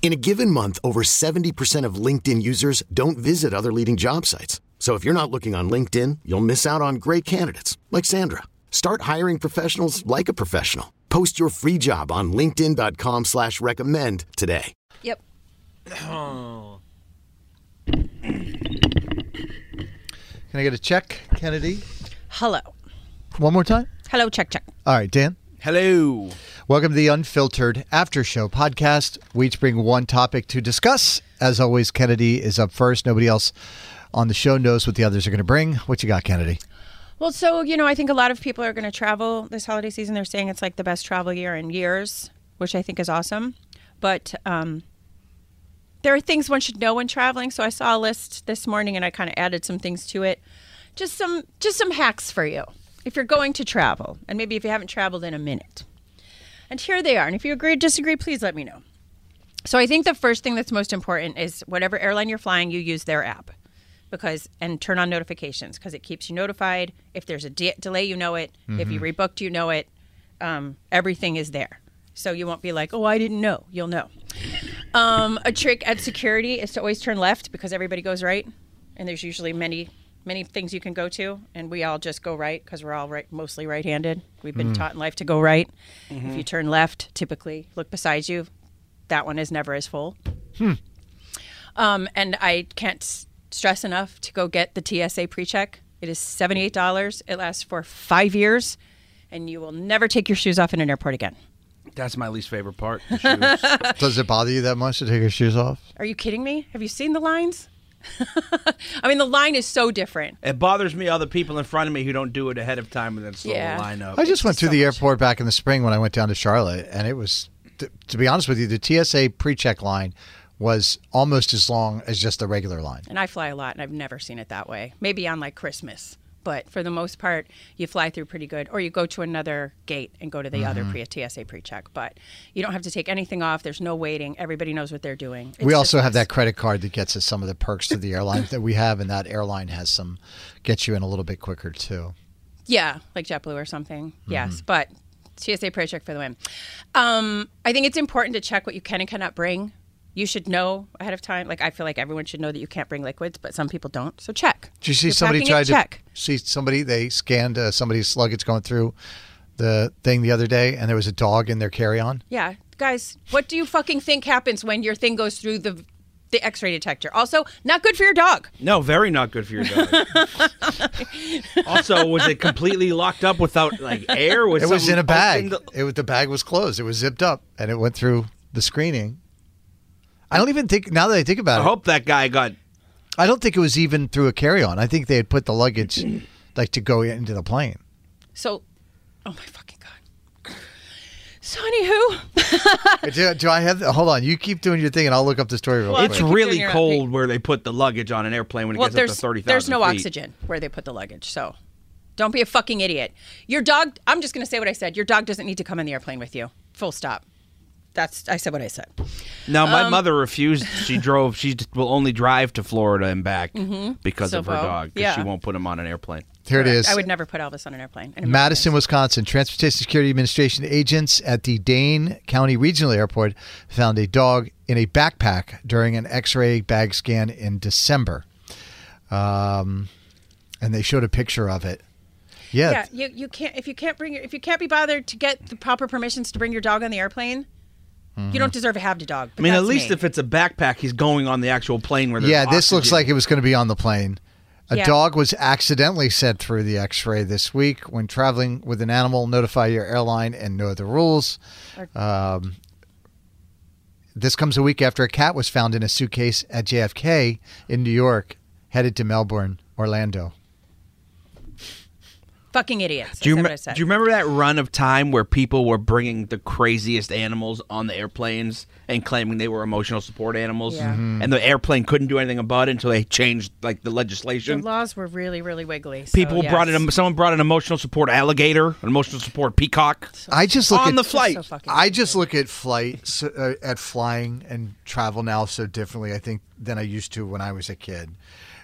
In a given month, over 70% of LinkedIn users don't visit other leading job sites. So if you're not looking on LinkedIn, you'll miss out on great candidates like Sandra. Start hiring professionals like a professional. Post your free job on linkedin.com slash recommend today. Yep. Oh. Can I get a check, Kennedy? Hello. One more time? Hello, check, check. All right, Dan. Hello. Welcome to the Unfiltered After Show podcast. We each bring one topic to discuss. As always, Kennedy is up first. Nobody else on the show knows what the others are going to bring. What you got, Kennedy? Well, so, you know, I think a lot of people are going to travel this holiday season. They're saying it's like the best travel year in years, which I think is awesome. But um, there are things one should know when traveling. So I saw a list this morning and I kind of added some things to it. Just some just some hacks for you if you're going to travel and maybe if you haven't traveled in a minute. And here they are. And if you agree or disagree, please let me know. So I think the first thing that's most important is whatever airline you're flying, you use their app because and turn on notifications because it keeps you notified. If there's a de- delay, you know it. If you rebooked, you know it. Um, everything is there, so you won't be like, "Oh, I didn't know." You'll know. Um, a trick at security is to always turn left because everybody goes right, and there's usually many many things you can go to, and we all just go right because we're all right, mostly right-handed. We've been taught in life to go right. If you turn left, typically look beside you. That one is never as full. Um, and I can't s- stress enough to go get the TSA pre-check. It is seventy-eight dollars. It lasts for five years, and you will never take your shoes off in an airport again. That's my least favorite part. the shoes. Does it bother you that much to take your shoes off? Are you kidding me? Have you seen the lines? I mean, the line is so different. it bothers me other people in front of me who don't do it ahead of time and then slow Yeah. the line up. I just went through so the much. airport back in the spring when I went down to Charlotte, and it was, to, to be honest with you, the TSA pre check line was almost as long as just the regular line. And I fly a lot, and I've never seen it that way. Maybe on like Christmas, but for the most part, you fly through pretty good, or you go to another gate and go to the other pre TSA pre-check. But you don't have to take anything off. There's no waiting. Everybody knows what they're doing. It's we just also have nice. that credit card that gets us some of the perks to the airline that we have, and that airline has some gets you in a little bit quicker too. Yeah, like JetBlue or something. Mm-hmm. Yes, but TSA pre check for the win. Um, I think it's important to check what you can and cannot bring. You should know ahead of time. Like I feel like everyone should know that you can't bring liquids, but some people don't. So check. Did you see You're somebody packing it, tried to check? see somebody? They scanned uh, somebody's luggage going through the thing the other day, and there was a dog in their carry-on. Yeah, guys, what do you fucking think happens when your thing goes through the the X-ray detector? Also, not good for your dog. no, very not good for your dog. also, was it completely locked up without like air? Was It was something in a bag. opened? It was the bag was closed. It was zipped up, and it went through the screening. I don't even think now that I think about I it, hope that guy got. I don't think it was even through a carry-on. I think they had put the luggage like to go into the plane. So, oh my fucking god. So, anywho, Do, do I have? Hold on, you keep doing your thing, and I'll look up the story real Well, quick. It's keep doing really your own cold thing. where they put the luggage on an airplane when it well, gets up to there's thirty thousand. there's no oxygen where they put the luggage, so don't be a fucking idiot. Your dog. I'm just gonna say what I said. Your dog doesn't need to come in the airplane with you. Full stop. That's I said what I said. Now, my Um, mother refused. She drove. She d- will only drive to Florida and back because Mm-hmm. So of her fo- dog. 'cause yeah. she won't put him on an airplane. Here it is. I would never put Elvis on an airplane. in a million Madison, Wisconsin. Transportation Security Administration agents at the Dane County Regional Airport found a dog in a backpack during an x ray bag scan in December. Um, and they showed a picture of it. Yeah. Yeah, you, you can't if you can't bring your, if you can't be bothered to get the proper permissions to bring your dog on the airplane, Mm-hmm. you don't deserve to have the dog. I mean, at least if it's a backpack, he's going on the actual plane where. there's yeah, this looks oxygen. like it was going to be on the plane. A Yeah. dog was accidentally sent through the x ray this week. When traveling with an animal, notify your airline and know the rules. Um, this comes a week after a cat was found in a suitcase at JFK in New York, headed to Melbourne, Orlando. Fucking idiots. Do you, that's rem- what I said. do you remember that run of time where people were bringing the craziest animals on the airplanes and claiming they were emotional support animals, Yeah. Mm-hmm. and the airplane couldn't do anything about it until they changed like the legislation? the laws were really, really wiggly. so people yes. brought in someone brought an emotional support alligator, an emotional support peacock. I just look On at, the flight. So fucking I just look at flight, so, uh, at flying and travel now so differently. I think than I used to when I was a kid.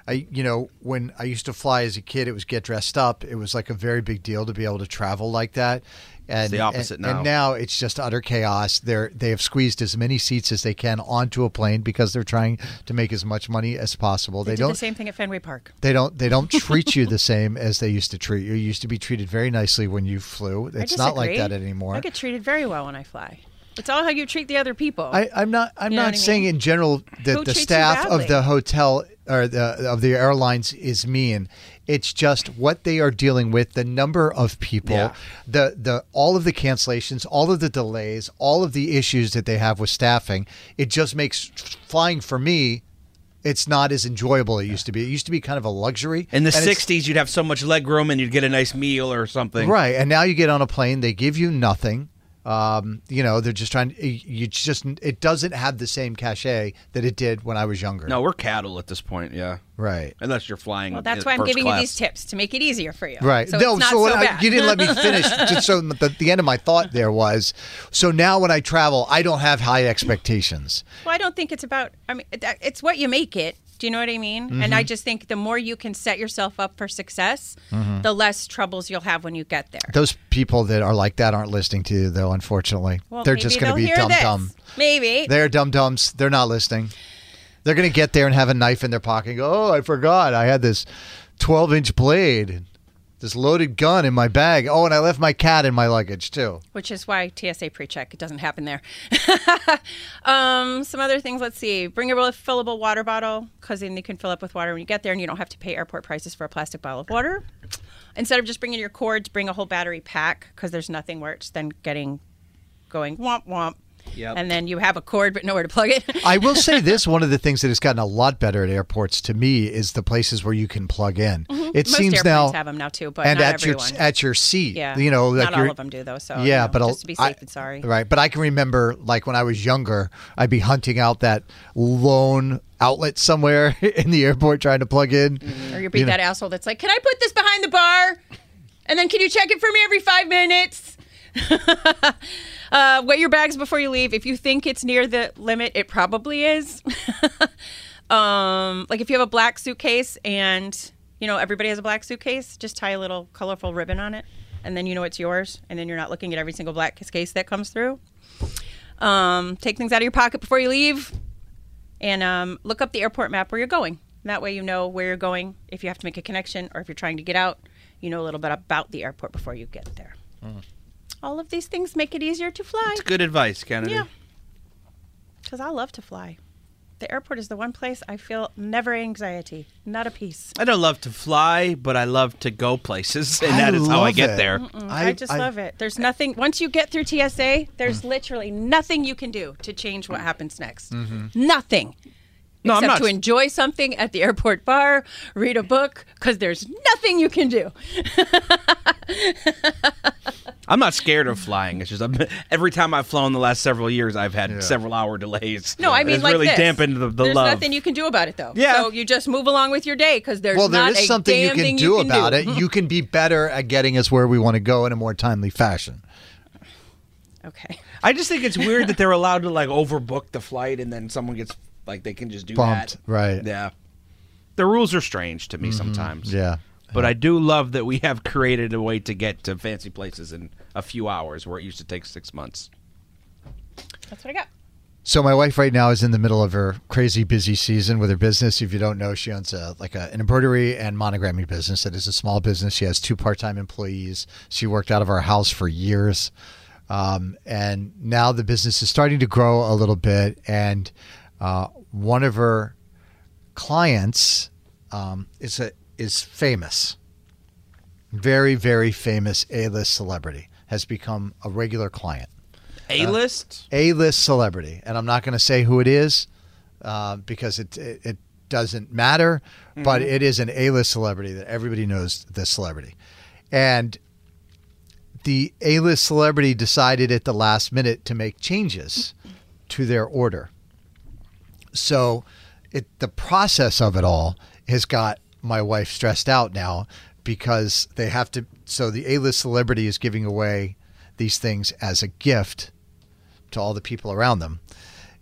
I, you know, when I used to fly as a kid, it was get dressed up. It was like a very big deal to be able to travel like that. And the opposite and- and now now. it's just utter chaos. They're they have squeezed as many seats as they can onto a plane because they're trying to make as much money as possible. They, They did don't the same thing at Fenway Park. they don't they don't treat you the same as they used to treat you. You used to be treated very nicely when you flew. I It's not like disagree. that anymore. I get treated very well when I fly. It's all how you treat the other people. I, I'm not. I'm You know not what I saying mean? in general that Who the treats you staff of badly? the hotel or the of the airlines is mean. It's just what they are dealing with, the number of people, Yeah. the the all of the cancellations, all of the delays, all of the issues that they have with staffing. It just makes flying for me. It's not as enjoyable it used to be. It used to be kind of a luxury. In the and it's- '60s, you'd have so much leg room and you'd get a nice meal or something. Right, and now you get on a plane, they give you nothing. Um, you know, they're just trying. You just it doesn't have the same cachet that it did when I was younger. No, we're cattle at this point. Yeah. right, Unless you're flying. well, that's in why I'm first giving class. you these tips to make it easier for you. right. So it's not what so I- bad. you didn't let me finish. Just so the, the end of my thought there was. So now when I travel, I don't have high expectations. Well, I don't think it's about. I mean, it- it's what you make it. Do you know what I mean? And I Mm-hmm. just think the more you can set yourself up for success, Mm-hmm. the less troubles you'll have when you get there. Those people that are like that aren't listening to you, though. Unfortunately, Well, they're maybe just going to be they'll hear dumb this. dumb. Maybe. They're dumb dumbs. They're not listening. They're going to get there and have a knife in their pocket and go, oh, I forgot. I had this 12 inch blade, and this loaded gun in my bag. Oh, and I left my cat in my luggage, too. which is why TSA pre-check it doesn't happen there. um, some other things. Let's see. Bring a refillable water bottle because then you can fill up with water when you get there, and you don't have to pay airport prices for a plastic bottle of water. Instead of just bringing your cords, bring a whole battery pack because there's nothing worse than getting going womp womp. Yep. And then you have a cord but nowhere to plug it. I will say this one of the things that has gotten a lot better at airports to me is the places where you can plug in. It Mm-hmm. Most seems airplanes now. have them now too, but and not at everyone. your at your seat, Yeah. you know, like Not all your- of them do, though, so, you yeah, know, but a- Oh, just to be I- safe and sorry. right? But I can remember, like when I was younger, I'd be hunting out that lone outlet somewhere in the airport trying to plug in. Or you'll be that asshole that's like, "Can I put this behind the bar?" And then, can you check it for me every five minutes? uh, weigh your bags before you leave. If you think it's near the limit, it probably is. um, like if you have a black suitcase and you know everybody has a black suitcase, just tie a little colorful ribbon on it, and then you know it's yours, and then you're not looking at every single black case that comes through. Um, take things out of your pocket before you leave and um, look up the airport map where you're going. That way, you know where you're going. If you have to make a connection or if you're trying to get out, you know a little bit about the airport before you get there. All of these things make it easier to fly. It's good advice, Kennedy. Yeah. Because I love to fly. The airport is the one place I feel never anxiety, not a piece. I don't love to fly, but I love to go places, and I that is how I love get it. there. Mm, I, just love it. There's nothing, once you get through TSA, there's literally nothing you can do to change what happens next. Nothing. No, I'm except not- to enjoy something at the airport bar, read a book, because there's nothing you can do. I'm not scared of flying. It's just I'm, every time I've flown the last several years, I've had several hour delays. No, I mean it's like really this. dampened the, the there's love. nothing you can do about it though. Yeah. So you just move along with your day because there's Well, there not is a something you damn can thing do you can about do. it. You can be better at getting us where we want to go in a more timely fashion. Okay. I just think it's weird that they're allowed to like overbook the flight, and then someone gets like they can just do Bumped, that. right. Mm-hmm. Yeah. The rules are strange to me sometimes. Yeah. But I do love that we have created a way to get to fancy places in a few hours where it used to take six months. That's what I got. So my wife right now is in the middle of her crazy busy season with her business. If you don't know, she owns a like a, an embroidery and monogramming business. That is a small business. She has two part time employees. She worked out of our house for years, um, and now the business is starting to grow a little bit. And uh, one of her clients um, is a is famous, very, very famous A list celebrity, has become a regular client. A list. A list celebrity, and I'm not going to say who it is uh, because it, it it doesn't matter. But it is an A list celebrity that everybody knows this celebrity, and the A list celebrity decided at the last minute to make changes to their order. So, it the process of it all has got my wife stressed out now because they have to. So the A list celebrity is giving away these things as a gift to all the people around them.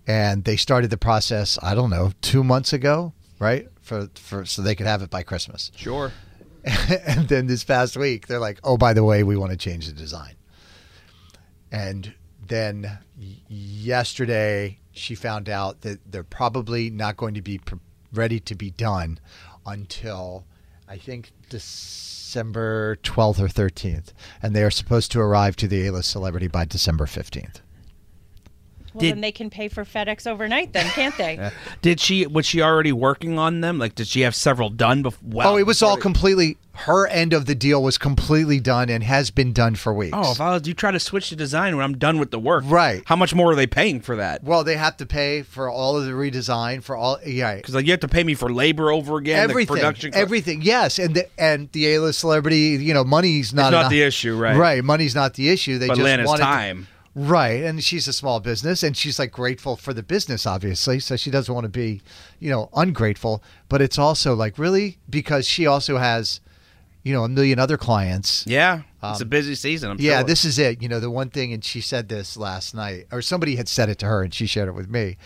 And they started the process, I don't know, two months ago, right? For, for so they could have it by Christmas. Sure. and then this past week, they're like, oh, by the way, we want to change the design. And then y- yesterday, she found out that they're probably not going to be pr- ready to be done until I think December 12th or 13th. And they are supposed to arrive to the A list celebrity by December 15th. Well, Did- then they can pay for FedEx overnight, then can't they? Did she? Was she already working on them? Like, did she have several done before? Oh, it was all completely her end of the deal was completely done and has been done for weeks. Oh, if I was you, try to switch the design when I'm done with the work. Right. How much more are they paying for that? well, they have to pay for all of the redesign for all yeah. Because like you have to pay me for labor over again. the Everything, production. co- everything, yes, and the and the A list celebrity, you know, money's not It's not an- the issue, right. Right, money's not the issue. They But just Lana's wanted to- time. right, and she's a small business, and she's like grateful for the business, obviously, so she doesn't want to be, you know, ungrateful. But it's also like really because she also has, you know, a million other clients. Yeah. it's a busy season. I'm Um, Yeah, sure. this is it. You know, the one thing, and she said this last night, or somebody had said it to her, and she shared it with me.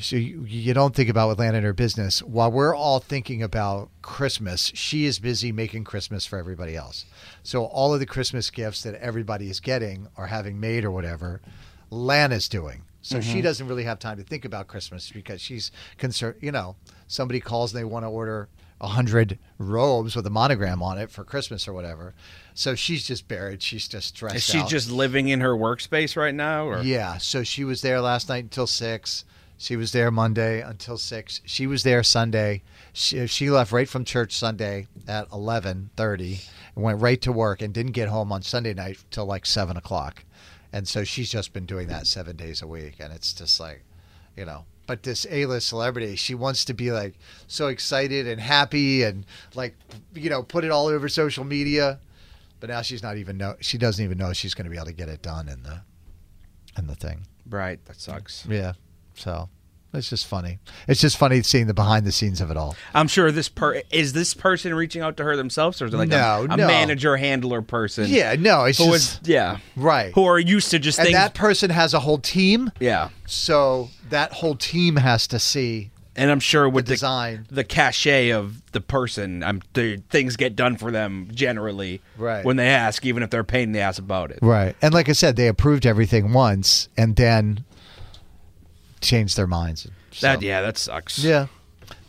So you, you don't think about Atlanta and her business. While we're all thinking about Christmas, she is busy making Christmas for everybody else. So all of the Christmas gifts that everybody is getting or having made or whatever, Lana's doing. So Mm-hmm. she doesn't really have time to think about Christmas because she's concerned. You know, somebody calls and they want to order a hundred robes with a monogram on it for Christmas or whatever. So she's just buried. She's just stressed. Is she out. just living in her workspace right now? Or Yeah. So she was there last night until six. She was there Monday until six. She was there Sunday. She, she left right from church Sunday at eleven thirty and went right to work and didn't get home on Sunday night till like seven o'clock. And so she's just been doing that seven days a week, and it's just like, you know. But this A-list celebrity, she wants to be like so excited and happy and like, you know, put it all over social media. But now she's not even know. She doesn't even know she's going to be able to get it done in the and the thing. right. That sucks. Yeah. So it's just funny. It's just funny seeing the behind the scenes of it all. I'm sure this per is this person reaching out to her themselves, or is it like No, a, a no. manager handler person? Yeah, no, it's who is just yeah right. who are used to just and things. that person has a whole team, yeah, so that whole team has to see and I'm sure with the, design. the cachet of the person, I'm th- things get done for them generally. Right. when they ask, even if they're a pain in the ass about it. Right. And like I said, they approved everything once and then changed their minds. So, That yeah, that sucks. Yeah.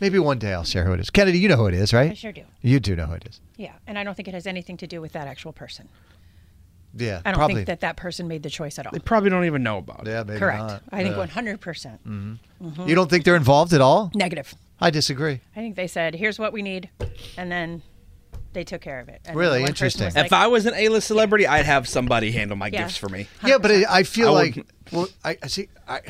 Maybe one day I'll share who it is. Kennedy, you know who it is, right? I sure do. You do know who it is. Yeah, and I don't think it has anything to do with that actual person. Yeah. I don't probably. think that that person made the choice at all. they probably don't even know about it. yeah, maybe Correct. not. I think 100 percent Mm. You don't think they're involved at all? negative. I disagree. I think they said, "Here's what we need," and then they took care of it. And Really one person interesting. was like, if I was an A-list celebrity, I'd have somebody handle my Yeah. gifts for me. Yeah, but I, I feel I like would- well, I, I see. I,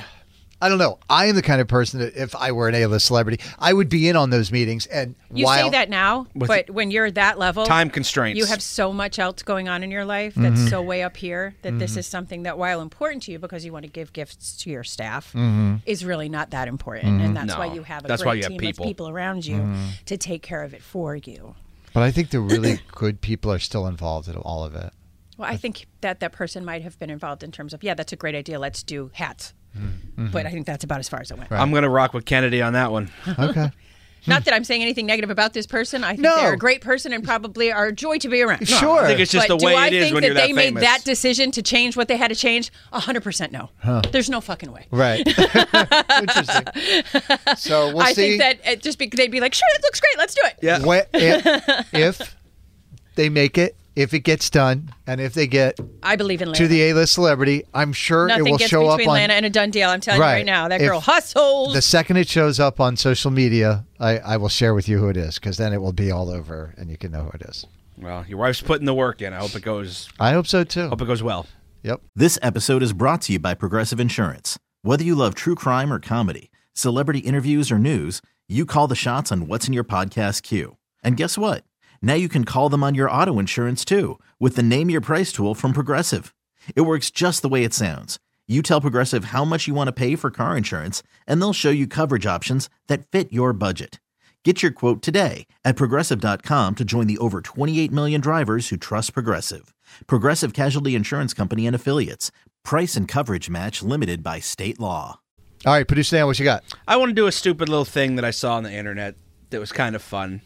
I don't know. I am the kind of person that if I were an A-list celebrity, I would be in on those meetings. And you while, say that now, but when you're that level, Time constraints. Mm-hmm. You have so much else going on in your life that's so way up here that this is something that, while important to you because you want to give gifts to your staff, is really not that important, and that's why Mm-hmm. No. you have a That's why great you have team people. of Mm-hmm. people around you to take care of it for you. but I think the really good people are still involved in all of it. Well, I think that that person might have been involved in terms of, yeah, that's a great idea. Let's do hats. Mm-hmm. But I think that's about as far as it went. I'm gonna rock with Kennedy on that one. Okay. Not that I'm saying anything negative about this person. I think No. they're a great person and probably are a joy to be around. sure. I think it's just but the way do I it is think when that you're they that made famous. that decision to change what they had to change? 100% no. There's no fucking way. right. Interesting. So we'll I see. think that it just be, they'd be like, sure, that looks great. Let's do it. Yeah. when- if, if they make it, if it gets done and if they get I believe in Lana. to the A-list celebrity, I'm sure Nothing it will gets show up between on Lana and a done deal. I'm telling you Right. right now, that If- girl hustles. the second it shows up on social media. I, I will share with you who it is because then it will be all over and you can know who it is. Well, your wife's putting the work in. I hope it goes. I hope so too. Hope it goes well. Yep. This episode is brought to you by Progressive Insurance. Whether you love true crime or comedy, celebrity interviews or news, you call the shots on what's in your podcast queue. And guess what? Now you can call them on your auto insurance too with the Name Your Price tool from Progressive. It works just the way it sounds. You tell Progressive how much you want to pay for car insurance, and they'll show you coverage options that fit your budget. Get your quote today at progressive.com to join the over 28 million drivers who trust Progressive. Progressive Casualty Insurance Company and Affiliates. Price and coverage match limited by state law. All right, producer Dan, what you got? I want to do a stupid little thing that I saw on the internet that was kind of fun.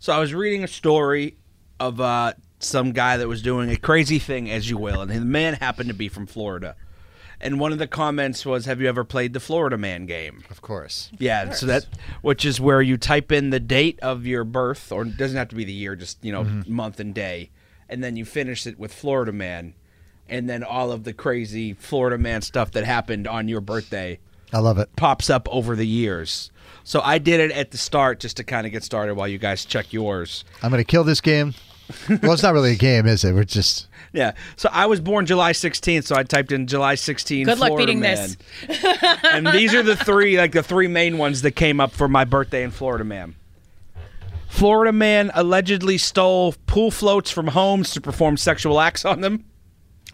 So I was reading a story of uh, some guy that was doing a crazy thing, as you will, and the man happened to be from Florida. And one of the comments was, "Have you ever played the Florida Man game?" Of course. Yeah, so that which is where you type in the date of your birth, or it doesn't have to be the year, just you know month and day, and then you finish it with Florida Man, and then all of the crazy Florida Man stuff that happened on your birthday I love it. pops up over the years. So I did it at the start just to kind of get started while you guys check yours. I'm going to kill this game. well, it's not really a game, is it? We're just Yeah. So I was born July 16th, so I typed in July 16th. Good luck Florida beating man. and these are the three, like the three main ones that came up for my birthday in Florida man. Florida man allegedly stole pool floats from homes to perform sexual acts on them.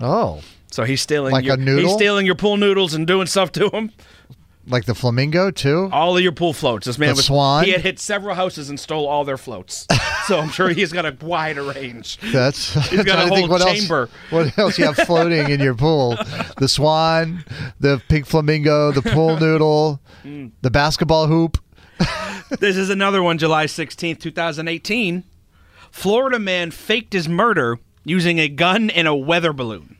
oh, So he's stealing Like your, a noodle? He's stealing your pool noodles and doing stuff to them. like the flamingo too. all of your pool floats. This man The was swan? He had hit several houses and stole all their floats. so I'm sure he's got a wide range. That's He's I'm got trying a to think whole what chamber. Else, what else you have floating in your pool? The swan, the pink flamingo, the pool noodle, Mm. the basketball hoop. This is another one, July 16th, 2018. Florida man faked his murder using a gun and a weather balloon.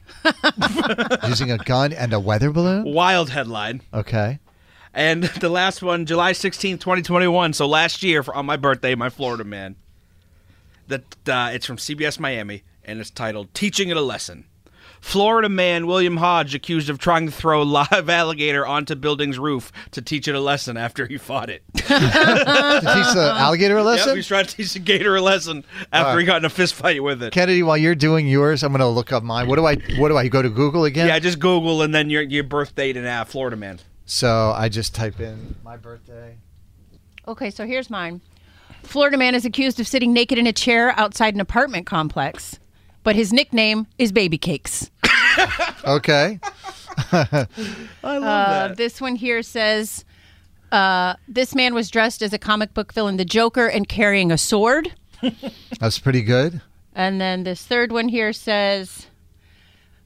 Using a gun and a weather balloon. Wild headline. Okay. And the last one, July 16th, 2021. So last year for, on my birthday, my Florida man. That uh, it's from CBS Miami and it's titled "Teaching It a Lesson." Florida man William Hodge accused of trying to throw a live alligator onto building's roof to teach it a lesson after he fought it. To teach the alligator a Uh-huh. Yep, lesson. he's trying to teach the gator a lesson after he got in a fist fight with it. Kennedy, while you're doing yours, I'm going to look up mine. What do I? What do I go to Google again? yeah, just Google and then your your birth date and ah, Florida man. So I just type in my birthday. Okay, so here's mine. Florida man is accused of sitting naked in a chair outside an apartment complex, but his nickname is Baby Cakes. Okay. I love Uh, that. this one here says uh, this man was dressed as a comic book villain, the Joker, and carrying a sword. That's pretty good. And then this third one here says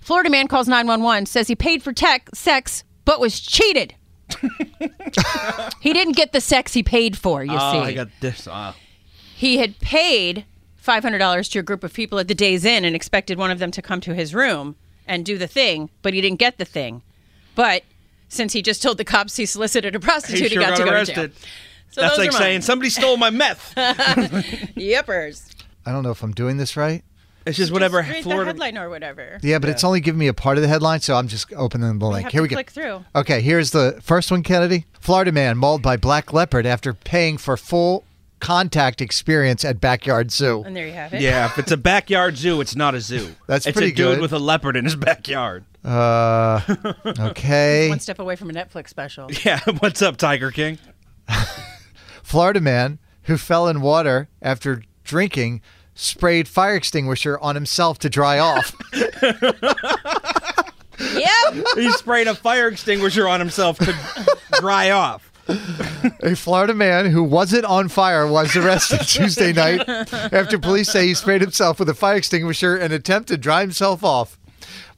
Florida man calls 911, says he paid for tech, sex, but was cheated. he didn't get the sex he paid for, you Oh, see. I got this. ah. he had paid $500 to a group of people at the Days Inn and expected one of them to come to his room and do the thing, but he didn't get the thing. But since he just told the cops he solicited a prostitute, he he, sure got, got, to go arrested. to jail. So That's those like are mine. saying somebody stole my meth. yippers. I don't know if I'm doing this right. It's just whatever Read the Florida. headline or whatever. Yeah, but it's only giving me a part of the headline, so I'm just opening the link. have Here to we go. click through. Okay, here's the first one, Kennedy. Florida man mauled by black leopard after paying for full contact experience at backyard zoo. And there you have it. Yeah, if it's a backyard zoo, it's not a zoo. That's it's pretty a dude good. with a leopard in his backyard. Uh, okay. One step away from a Netflix special. Yeah, what's up, Tiger King? Florida man who fell in water after drinking sprayed fire extinguisher on himself to dry off. yep. He sprayed a fire extinguisher on himself to dry off. A Florida man who wasn't on fire was arrested Tuesday night after police say he sprayed himself with a fire extinguisher in an attempt to dry himself off.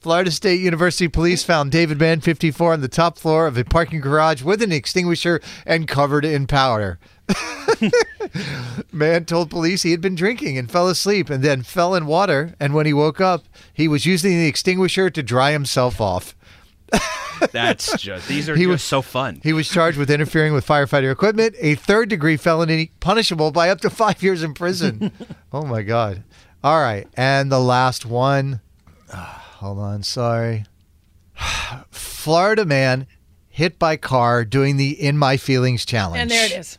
Florida State University police found David Mann, 54, on the top floor of a parking garage with an extinguisher and covered in powder. Man told police he had been drinking and fell asleep and then fell in water. And when he woke up, he was using the extinguisher to dry himself off. That's just these are He just was- so fun. He was charged with interfering with firefighter equipment, a third degree felony punishable by up to five years in prison. oh my God. All right, and the last one. Ah, hold on, sorry. Florida man hit by car doing the in my feelings challenge. And there it is.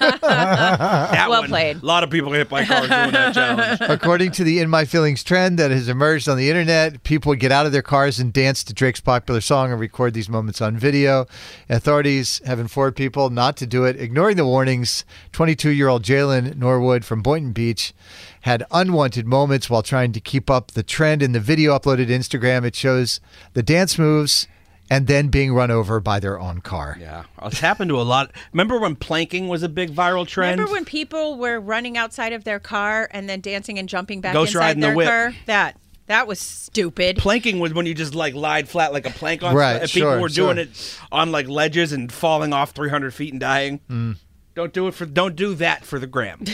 That Well one, played. A lot of people get hit by cars doing that challenge. According to the In My Feelings trend that has emerged on the internet, people would get out of their cars and dance to Drake's popular song and record these moments on video. Authorities have informed people not to do it, ignoring the warnings. 22 year old Jalen Norwood from Boynton Beach had unwanted moments while trying to keep up the trend. In the video uploaded to Instagram, it shows the dance moves and then being run over by their own car. Yeah, it's happened to a lot. Remember when planking was a big viral trend? Remember when people were running outside of their car and then dancing and jumping back Ghost inside riding the their whip. car? That that was stupid. planking was when you just like lied flat like a plank on Right, and people sure, were doing sure. it on like ledges and falling off 300 feet and dying Mm. don't do it for don't do that for the gram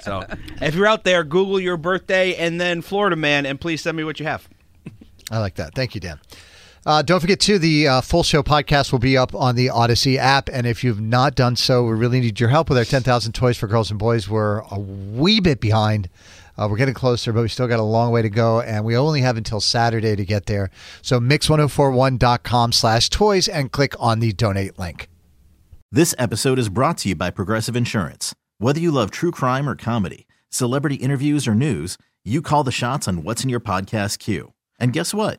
so if you're out there google your birthday and then florida man and please send me what you have I like that. Thank you, Dan. Uh, don't forget, too, the uh, full show podcast will be up on the Odyssey app. And if you've not done so, we really need your help with our 10,000 Toys for Girls and Boys. We're a wee bit behind. Uh, we're getting closer, but we still got a long way to go. And we only have until Saturday to get there. So mix1041.com slash toys and click on the donate link. This episode is brought to you by Progressive Insurance. Whether you love true crime or comedy, celebrity interviews or news, you call the shots on what's in your podcast queue. And guess what?